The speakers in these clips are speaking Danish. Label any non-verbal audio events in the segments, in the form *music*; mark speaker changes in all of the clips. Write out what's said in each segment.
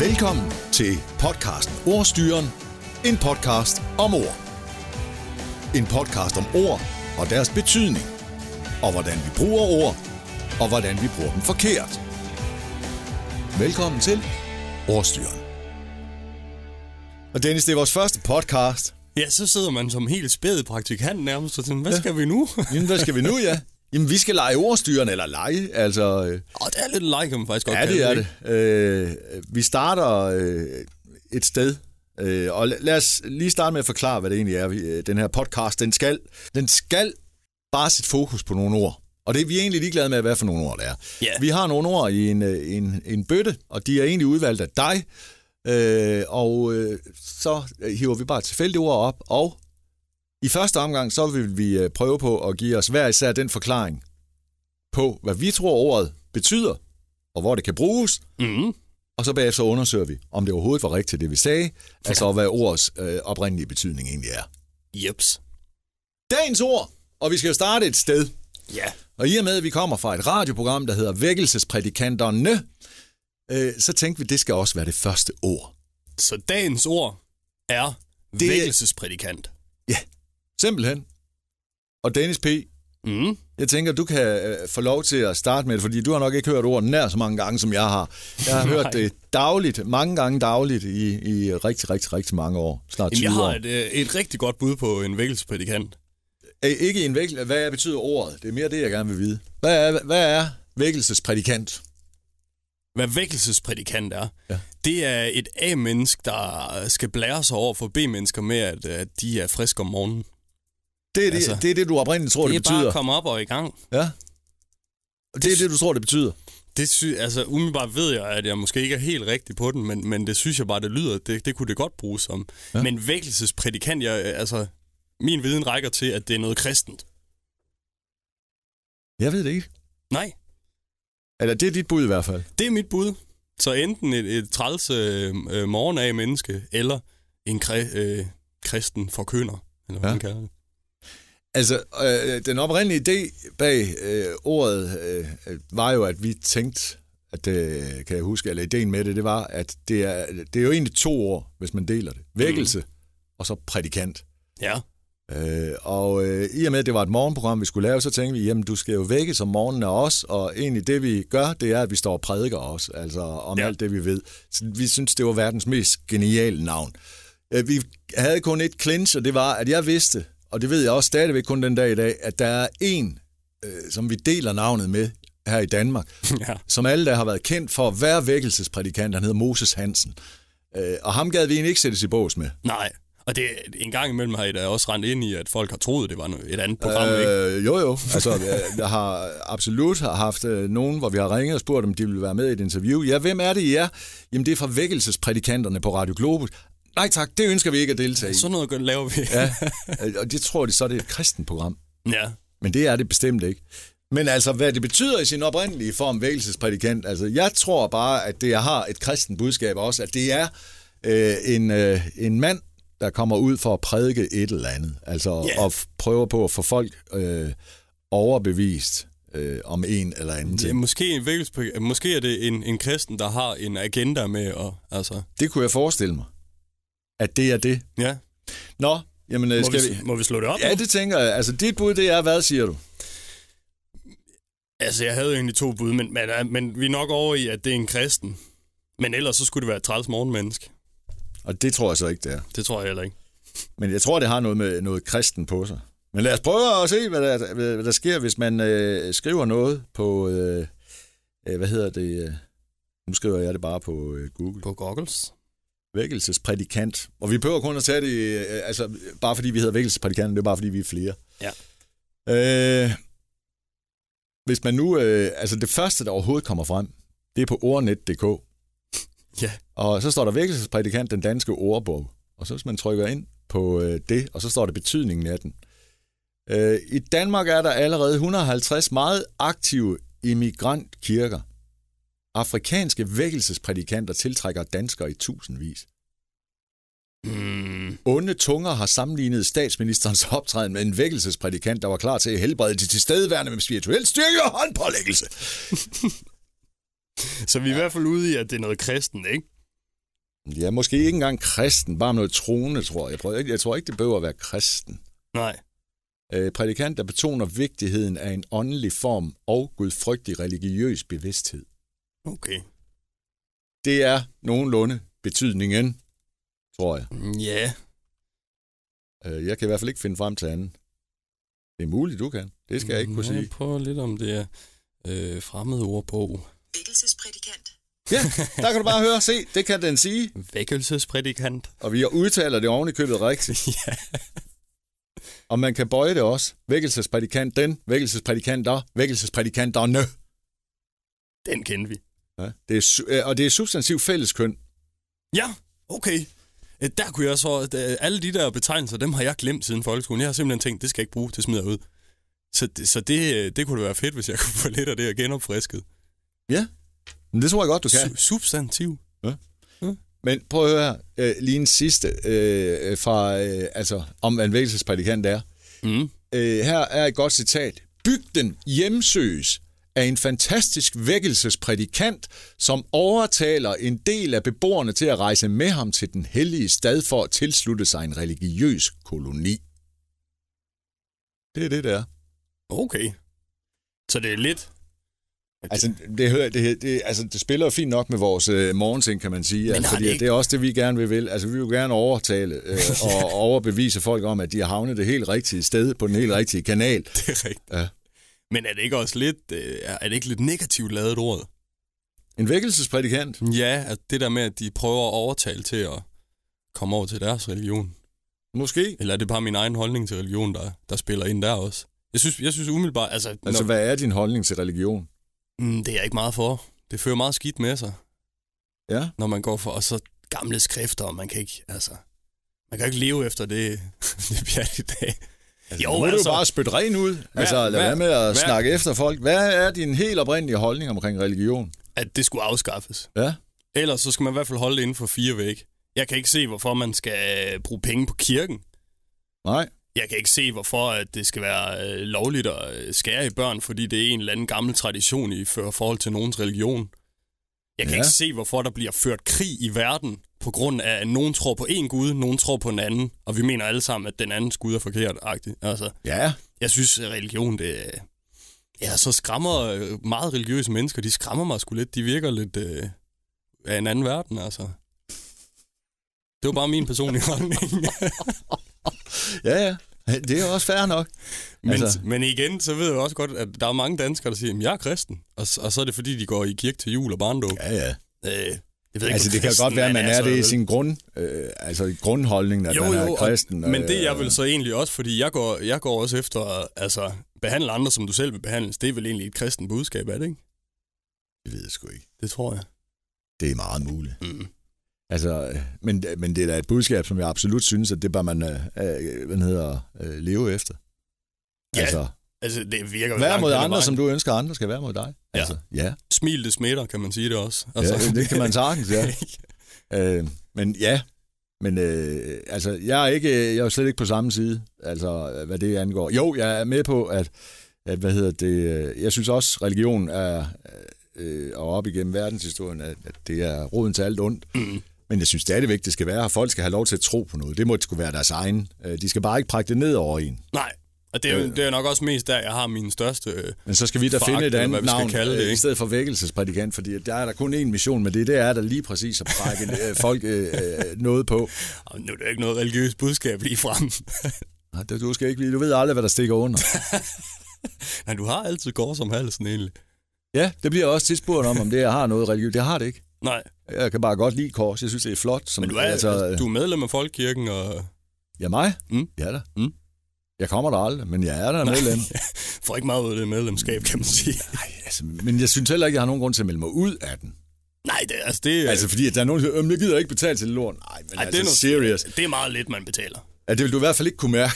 Speaker 1: Velkommen til podcasten Ordstyren. En podcast om ord. En podcast om ord og deres betydning. Og hvordan vi bruger ord, og hvordan vi bruger dem forkert. Velkommen til Ordstyren. Og Dennis, det er vores første podcast.
Speaker 2: Ja, så sidder man som helt spæd praktikant nærmest og tænker, hvad skal vi nu? *laughs*
Speaker 1: Jamen, hvad skal vi nu, ja? Jamen, vi skal lege ordstyren, eller lege, altså... Øh,
Speaker 2: Åh, det er lidt like, kan man faktisk godt
Speaker 1: Ja,
Speaker 2: kalde
Speaker 1: det er
Speaker 2: ikke?
Speaker 1: det. Øh, vi starter øh, et sted, øh, og la- lad os lige starte med at forklare, hvad det egentlig er, vi, øh, den her podcast, den skal, den skal bare sit fokus på nogle ord. Og det er vi egentlig ligeglade med, hvad for nogle ord det er.
Speaker 2: Ja.
Speaker 1: Vi har nogle ord i en, øh, en, en bøtte, og de er egentlig udvalgt af dig. Øh, og øh, så hiver vi bare tilfældige ord op, og i første omgang, så vil vi øh, prøve på at give os hver især den forklaring på, hvad vi tror ordet betyder, og hvor det kan bruges,
Speaker 2: Mm.
Speaker 1: og så bagefter undersøger vi, om det overhovedet var rigtigt, det vi sagde, ja. altså hvad ordets øh, oprindelige betydning egentlig er.
Speaker 2: Jeps.
Speaker 1: Dagens ord, og vi skal jo starte et sted.
Speaker 2: Ja.
Speaker 1: Og i og med, at vi kommer fra et radioprogram, der hedder Vækkelsesprædikanterne, øh, så tænkte vi, det skal også være det første ord.
Speaker 2: Så dagens ord er
Speaker 1: er-
Speaker 2: det... vækkelsesprædikant.
Speaker 1: Simpelthen. Og Dennis P.,
Speaker 2: Mm.
Speaker 1: jeg tænker, du kan øh, få lov til at starte med det, fordi du har nok ikke hørt ordet nær så mange gange, som jeg har. Jeg
Speaker 2: *laughs*
Speaker 1: har hørt det dagligt, mange gange dagligt i, i rigtig, rigtig, rigtig mange år. Snart
Speaker 2: Jamen,
Speaker 1: 20
Speaker 2: jeg
Speaker 1: år.
Speaker 2: har et, øh, et rigtig godt bud på en vækkelsesprædikant.
Speaker 1: Øh, Ikke en vækkel... Hvad betyder ordet? Det er mere det, jeg gerne vil vide. Hvad er, hvad er vækkelsesprædikant?
Speaker 2: Hvad vækkelsesprædikant er,
Speaker 1: Ja.
Speaker 2: det er et A-menneske, der skal blære sig over for B-mennesker med, at, at de er friske om morgenen.
Speaker 1: Det er det, altså,
Speaker 2: Altså,
Speaker 1: det, er det du oprindeligt tror, det,
Speaker 2: det er
Speaker 1: det betyder.
Speaker 2: bare at komme op og i gang.
Speaker 1: Ja. Og det er det, du tror, det betyder.
Speaker 2: Det sy- altså, umiddelbart ved jeg, at jeg måske ikke er helt rigtig på den, men, men det synes jeg bare, det lyder. Det, det kunne det godt bruges som. Ja. Men vækkelsesprædikant, jeg, øh, altså, min viden rækker til, at det er noget kristent.
Speaker 1: Jeg ved det ikke.
Speaker 2: Nej,
Speaker 1: Eller det er dit bud i hvert fald.
Speaker 2: det er mit bud. Så enten et, et træls øh, øh, morgen af menneske, eller en kri- øh, kristen forkynder, eller hvad
Speaker 1: Ja.
Speaker 2: ja. man kalder det.
Speaker 1: Altså, øh, den oprindelige idé bag øh, ordet øh, øh, var jo, at vi tænkte, at øh, kan jeg huske, eller ideen med det, det var, at det er, det er jo egentlig to ord, hvis man deler det. Vækkelse mm. og så prædikant.
Speaker 2: Ja, *laughs*
Speaker 1: Øh, og øh, i og med, at det var et morgenprogram, vi skulle lave, så tænkte vi, jamen du skal jo vække som morgenen af os, og egentlig det, vi gør, det er, at vi står og prædiker os, altså om ja.
Speaker 2: Ja.
Speaker 1: alt det, vi ved. Så vi synes, det var verdens mest geniale navn. Øh, vi havde kun et clinch, og det var, at jeg vidste, og det ved jeg også stadigvæk kun den dag i dag, at der er en, øh, som vi deler navnet med her i Danmark,
Speaker 2: ja.
Speaker 1: som alle, der har været kendt for at være vækkelsesprædikant, han hedder Moses Hansen. Øh, og ham gad vi egentlig ikke sættes i bås med.
Speaker 2: nej. Og det, en gang imellem har I da også rendt ind i, at folk har troet, det var noget- et andet program, øh, ikke?
Speaker 1: Øh, jo, jo. Altså, jeg, jeg har absolut har haft øh, nogen, hvor vi har ringet og spurgt, om de ville være med i et interview. Ja, hvem er det, I er? Jamen, det er fra vækkelsesprædikanterne på Radio Globus. Nej tak, det ønsker vi ikke at deltage i.
Speaker 2: Sådan noget gør- laver vi.
Speaker 1: Øh, Ja, øh, og det tror de så, det er et kristent program.
Speaker 2: *laughs* ja.
Speaker 1: Men det er det bestemt ikke. Men altså, hvad det betyder i sin oprindelige form, vækkelsesprædikant, altså, jeg tror bare, at det jeg har et kristen budskab også, at det er øh, en, øh, en mand, der kommer ud for at prædike et eller andet, altså
Speaker 2: Ja.
Speaker 1: yeah. og f- prøver på at få folk øh, overbevist øh, om en eller anden
Speaker 2: Ja,
Speaker 1: ting.
Speaker 2: måske, en vækkelsespræ- måske er det en, en kristen, der har en agenda med, og altså,
Speaker 1: Det kunne jeg forestille mig, at det er det.
Speaker 2: ja.
Speaker 1: Nå, jamen, øh,
Speaker 2: Må,
Speaker 1: skal
Speaker 2: vi,
Speaker 1: vi...
Speaker 2: må vi slå det op?
Speaker 1: Ja,
Speaker 2: nu?
Speaker 1: det tænker jeg. Altså, dit bud, det er, hvad siger du?
Speaker 2: Altså, jeg havde egentlig to bud, men, men, øh, men vi er nok over i, at det er en kristen. Men ellers så skulle det være et træls morgenmenneske.
Speaker 1: Og det tror jeg så ikke, det er.
Speaker 2: Det tror jeg heller ikke.
Speaker 1: Men jeg tror, det har noget med noget kristen på sig. Men lad os prøve at se, hvad der, hvad hvad der sker, hvis man øh, skriver noget på, øh, øh, hvad hedder det, øh, nu skriver jeg det bare på øh, Google,
Speaker 2: På goggles?
Speaker 1: vækkelsesprædikant. Og vi behøver kun at tage det, øh, altså bare fordi vi hedder vækkelsesprædikanten, det er bare fordi vi er flere.
Speaker 2: Ja.
Speaker 1: Øh, hvis man nu, øh, altså det første, der overhovedet kommer frem, det er på ordnet.dk.
Speaker 2: Ja.
Speaker 1: Og så står der vækkelsesprædikant, den danske ordbog. Og så hvis man trykker ind på øh, det, og så står der betydningen af den. Øh, I Danmark er der allerede 150 meget aktive immigrantkirker. Afrikanske vækkelsesprædikanter tiltrækker danskere i tusindvis.
Speaker 2: Mm,
Speaker 1: Onde tunger har sammenlignet statsministerens optræden med en vækkelsesprædikant, der var klar til at helbrede de tilstedeværende med spirituel styrke og håndpålæggelse.
Speaker 2: så vi er i hvert fald ude i, at det er noget kristen, ikke?
Speaker 1: Ja, måske ikke engang kristen, bare noget troende, tror jeg. Jeg, prøver, ikke- jeg tror ikke, det behøver at være kristen.
Speaker 2: Nej.
Speaker 1: Øh, prædikant, der betoner vigtigheden af en åndelig form og gudfrygtig religiøs bevidsthed.
Speaker 2: Okay.
Speaker 1: Det er nogenlunde betydningen, tror jeg.
Speaker 2: Ja.
Speaker 1: Øh, jeg kan i hvert fald ikke finde frem til anden. Det er muligt, du kan. Det skal jeg ikke kunne
Speaker 2: Nå,
Speaker 1: sige.
Speaker 2: Jeg prøver lidt om det er øh, fremmede ordbog.
Speaker 3: Vækkelsesprædikant.
Speaker 1: Ja, der kan du bare høre. Se, det kan den sige.
Speaker 2: Vækkelsesprædikant.
Speaker 1: Og vi udtaler det oven i købet rigtigt.
Speaker 2: *laughs* ja.
Speaker 1: Og man kan bøje det også. Vækkelsesprædikant den, vækkelsesprædikanter, vækkelsesprædikanterne.
Speaker 2: Den kendte vi.
Speaker 1: Ja, det er, su- øh, og det er substantiv fælleskøn.
Speaker 2: Ja, okay. Øh, Der kunne jeg så... øh, Alle de der betegnelser, dem har jeg glemt siden folkeskolen. Jeg har simpelthen tænkt, det skal jeg ikke bruge, det smider jeg ud. Så, det- så det, øh, det kunne da være fedt, hvis jeg *laughs* kunne få lidt af det her genopfrisket.
Speaker 1: Ja. Men det tror jeg godt, du kan.
Speaker 2: Su- substantiv.
Speaker 1: Men prøv at høre her. øh, lige en sidste øh, fra, øh, altså, om hvad en vækkelsesprædikant er.
Speaker 2: Mm.
Speaker 1: Øh, her er et godt citat. Bygden hjemsøges af en fantastisk vækkelsesprædikant, som overtaler en del af beboerne til at rejse med ham til den hellige stad for at tilslutte sig en religiøs koloni. Det er det, der. er.
Speaker 2: Okay. Så det er *laughs* lidt...
Speaker 1: Altså, det, hører, det, det, altså, det spiller jo fint nok med vores øh, morgenting, kan man sige. Altså,
Speaker 2: har
Speaker 1: fordi
Speaker 2: det
Speaker 1: det,
Speaker 2: ikke-
Speaker 1: det er også det, vi gerne vil. vil. Altså, vi vil gerne overtale
Speaker 2: *laughs*
Speaker 1: øh, og overbevise folk om, at de har havnet det helt rigtige sted på den helt rigtige kanal.
Speaker 2: Det er rigtigt.
Speaker 1: Ja.
Speaker 2: Men er det ikke også lidt... øh, Er det ikke lidt negativt lavet ord?
Speaker 1: En vækkelsesprædikant?
Speaker 2: Ja, at det der med, at de prøver at overtale til at komme over til deres religion.
Speaker 1: Måske.
Speaker 2: Eller er det bare min egen holdning til religion, der, der spiller ind der også? Jeg synes, jeg synes umiddelbart, altså,
Speaker 1: Altså,
Speaker 2: altså når,
Speaker 1: hvad er din holdning til religion?
Speaker 2: mm, det er jeg ikke meget for. Det fører meget skidt med sig,
Speaker 1: Ja,
Speaker 2: når man går for, og så gamle skrifter, og man kan ikke, altså, man kan ikke leve efter det, *laughs* det bliver i dag. Altså,
Speaker 1: nu må du bare spytte ren ud. altså, lad
Speaker 2: hvad-
Speaker 1: være med at
Speaker 2: hvad-
Speaker 1: snakke efter folk. Hvad er din helt oprindelige holdning omkring religion?
Speaker 2: at det skulle afskaffes.
Speaker 1: Ja,
Speaker 2: Ellers så skal man i hvert fald holde det inden for fire vægge. Jeg kan ikke se, hvorfor man skal øh, bruge penge på kirken.
Speaker 1: nej.
Speaker 2: Jeg kan ikke se, hvorfor at det skal være øh, lovligt at øh, skære i børn, fordi det er en eller anden gammel tradition i for- forhold til nogens religion. Jeg kan
Speaker 1: Ja.
Speaker 2: ja. ikke se, hvorfor der bliver ført krig i verden, på grund af, at nogen tror på en Gud, nogen tror på en anden, og vi mener alle sammen, at den andens Gud er forkert. -agtig. Altså,
Speaker 1: Ja,
Speaker 2: jeg synes, at religion, det er- Ja, så skræmmer øh, meget religiøse mennesker, de skræmmer mig sgu lidt. De virker lidt øh, af en anden verden, altså. Det var bare min personlige *laughs* holdning.
Speaker 1: ja, ja. Det er også fair nok.
Speaker 2: Men,
Speaker 1: Altså-
Speaker 2: altså. men igen, så ved jeg også godt, at der er mange danskere, der siger, at jeg er kristen. Og, s- og så er det, fordi de går i kirke til jul og barndåb. Ja.
Speaker 1: Ja, ja.
Speaker 2: Øh, jeg ved ikke,
Speaker 1: Altså,
Speaker 2: hvor
Speaker 1: det kan
Speaker 2: kristen
Speaker 1: godt være, at man er det i
Speaker 2: vel.
Speaker 1: sin grund, øh, altså i grundholdningen, at
Speaker 2: jo,
Speaker 1: man
Speaker 2: jo,
Speaker 1: er kristen.
Speaker 2: Og, men det er jeg
Speaker 1: øh,
Speaker 2: vel så egentlig også, fordi jeg går, jeg går også efter, altså, behandle andre, som du selv vil behandles. Det er vel egentlig et kristen budskab, er det ikke?
Speaker 1: Det ved jeg sgu ikke.
Speaker 2: Det tror jeg.
Speaker 1: Det er meget muligt.
Speaker 2: Mm.
Speaker 1: Altså, øh, men, men det er da et budskab, som jeg absolut synes, at det bør man øh, øh, hvad den hedder, øh, leve efter.
Speaker 2: Ja,
Speaker 1: altså,
Speaker 2: Altså, det virker vel
Speaker 1: vær
Speaker 2: langt
Speaker 1: mod
Speaker 2: hen ad
Speaker 1: andre,
Speaker 2: vejen.
Speaker 1: som du ønsker, andre skal være mod dig. Altså, ja.
Speaker 2: Smil, det smitter, kan man sige det også.
Speaker 1: Altså. ja, det kan man sagtens, ja. Øh, men ja, men øh, altså, jeg er, ikke, jeg er jo slet ikke på samme side, altså, hvad det angår. Jo, jeg er med på, at, at hvad hedder det, øh, jeg synes også, religion er, øh, og op igennem verdenshistorien, at, at det er roden til alt
Speaker 2: *clears throat*
Speaker 1: ondt. Mm. Men jeg synes stadigvæk, det skal være, at folk skal have lov til at tro på noget. Det må sgu være deres egen. Øh, De skal bare ikke prægte det ned over en.
Speaker 2: *laughs* Nej, og det er, jo,
Speaker 1: Øh.
Speaker 2: det er nok også mest der, jeg har min største... Øh,
Speaker 1: Men så skal vi da
Speaker 2: Foragt,
Speaker 1: finde et
Speaker 2: eller hvad
Speaker 1: andet
Speaker 2: vi skal
Speaker 1: navn
Speaker 2: kalde det,
Speaker 1: øh, i
Speaker 2: ikke?
Speaker 1: stedet for vækkelsesprædikant, fordi der er der kun én mission med det. Det er der lige præcis at prække
Speaker 2: *laughs*
Speaker 1: øh, folk øh, øh, noget på.
Speaker 2: "Åh, nu er det jo ikke noget religiøst budskab lige frem. *laughs*
Speaker 1: Nej, det, du skal ikke blive. Du ved aldrig, hvad der stikker under.
Speaker 2: Nej, du har altid kors om halsen egentlig.
Speaker 1: ja, det bliver jeg også tit spurgt om, om det har noget religiøst. Det har det ikke.
Speaker 2: Nej,
Speaker 1: Jeg kan bare godt lide kors. Jeg synes, det er flot. Som,
Speaker 2: men du er, altså, du er medlem af Folkekirken, og
Speaker 1: Ja, mig?
Speaker 2: Mm.
Speaker 1: Ja da.
Speaker 2: Mm.
Speaker 1: Jeg kommer der aldrig, men jeg er der
Speaker 2: *laughs*
Speaker 1: medlem.
Speaker 2: får ikke meget ud af det medlemskab, kan man sige. *laughs*
Speaker 1: Nej, altså, men jeg synes heller ikke, jeg har nogen grund til at melde mig ud af den.
Speaker 2: Nej, det, altså, det,
Speaker 1: Altså,
Speaker 2: altså,
Speaker 1: fordi at der er nogen, der siger, "Øhm, jeg gider ikke betale til det lort. Nej, men
Speaker 2: Ej,
Speaker 1: Ej,
Speaker 2: det
Speaker 1: altså,
Speaker 2: er noget-
Speaker 1: serious.
Speaker 2: det er meget lidt, man betaler.
Speaker 1: Ja, det vil du i hvert fald ikke kunne mærke.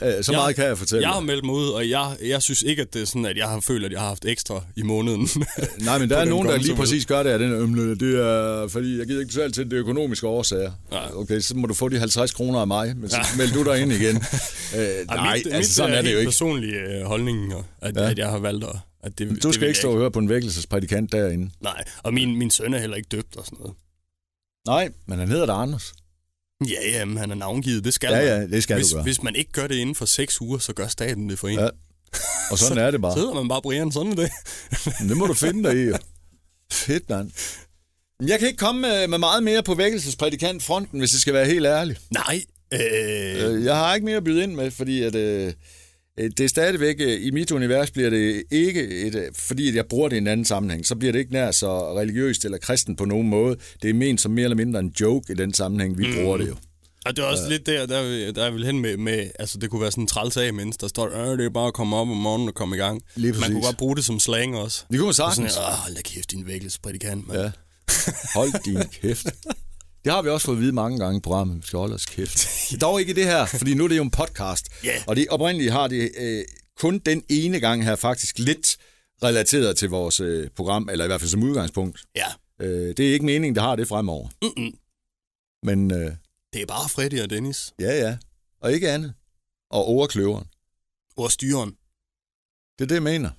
Speaker 2: Nej.
Speaker 1: Øh, Så meget kan jeg fortælle
Speaker 2: Jeg har
Speaker 1: dig.
Speaker 2: meldt mig ud, og jeg, jeg synes ikke, at det er sådan, at jeg har følt, at jeg har haft ekstra i måneden. *laughs*
Speaker 1: Nej, men der
Speaker 2: på
Speaker 1: er
Speaker 2: den
Speaker 1: nogen, der
Speaker 2: konto,
Speaker 1: lige
Speaker 2: ved.
Speaker 1: præcis gør det af den her, øhm, det er, fordi jeg gider ikke betale til det økonomiske årsager.
Speaker 2: Nej.
Speaker 1: Okay, så må du få de 50 kroner af mig, men så meld du dig ind
Speaker 2: *laughs*
Speaker 1: igen. Øh,
Speaker 2: Ej,
Speaker 1: nej,
Speaker 2: mit, mit,
Speaker 1: altså sådan er det jo
Speaker 2: helt
Speaker 1: ikke.
Speaker 2: personlige øh, holdning, og at, ja. at jeg har valgt at... at det,
Speaker 1: Du
Speaker 2: det vil
Speaker 1: skal
Speaker 2: jeg
Speaker 1: ikke stå og høre på en vækkelsesprædikant derinde.
Speaker 2: Nej, og min, min søn er heller ikke døbt og sådan noget.
Speaker 1: Nej, men han hedder da Anders.
Speaker 2: Ja, ja, men han er navngivet, det skal
Speaker 1: Ja,
Speaker 2: man.
Speaker 1: ja, det skal
Speaker 2: hvis,
Speaker 1: du gøre.
Speaker 2: hvis man ikke gør det inden for 6 uger, så gør staten det for en.
Speaker 1: Ja, Og sådan er det bare.
Speaker 2: Så hedder man bare Brian, sådan er det. *laughs*
Speaker 1: Men Det må du finde dig i. jo. Fedt, mand. Jeg kan ikke komme med, med meget mere på vækkelsesprædikantfronten, hvis jeg skal være helt ærlig.
Speaker 2: Nej, øh,
Speaker 1: Øh, Jeg har ikke mere at byde ind med, fordi at, øh, øh, det er stadigvæk, øh, i mit univers bliver det ikke, et, øh, fordi at jeg bruger det i en anden sammenhæng, så bliver det ikke nær så religiøst eller kristen på nogen måde. Det er ment som mere eller mindre en joke i den sammenhæng, vi bruger det jo.
Speaker 2: og det er også lidt der, der, vil- der er vel hen med, med, altså det kunne være sådan en træls af, mens der står, øh, det er bare at komme op om morgenen og komme i gang.
Speaker 1: Lige
Speaker 2: man
Speaker 1: præcis.
Speaker 2: kunne godt bruge det som slang også.
Speaker 1: Det kunne man
Speaker 2: Sådan,
Speaker 1: sagtens.
Speaker 2: åh, hold da kæft, din vækkelsesprædikant, mand.
Speaker 1: Ja. Hold din kæft. Det har vi også fået at vide mange gange i programmet. Vi skal holde os *laughs* kæft. Dog ikke i det her, fordi nu er det jo en podcast.
Speaker 2: Ja.
Speaker 1: Og det oprindeligt har det øh, kun den ene gang her faktisk lidt relateret til vores øh, program, eller i hvert fald som udgangspunkt.
Speaker 2: ja.
Speaker 1: Øh, det er ikke meningen, der har det fremover.
Speaker 2: Mm-mm.
Speaker 1: Men øh,
Speaker 2: Det er bare Freddy og Dennis.
Speaker 1: ja, ja. Og ikke andet. Og overkløveren.
Speaker 2: Og styren.
Speaker 1: Det er det, jeg mener.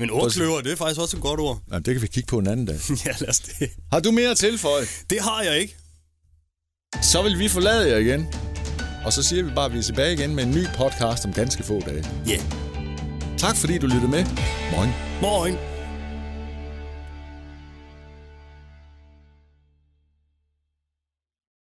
Speaker 2: Men ordkløver, det er faktisk også et godt ord. *laughs*
Speaker 1: Jamen, det kan vi kigge på en anden dag.
Speaker 2: ja, lad os det.
Speaker 1: Har du mere at tilføje,
Speaker 2: Det har jeg ikke.
Speaker 1: så vil vi forlade jer igen. Og så siger vi bare, at vi er tilbage igen med en ny podcast om ganske få dage.
Speaker 2: Ja. Yeah.
Speaker 1: Tak fordi du lyttede med. Moin.
Speaker 2: Morgen.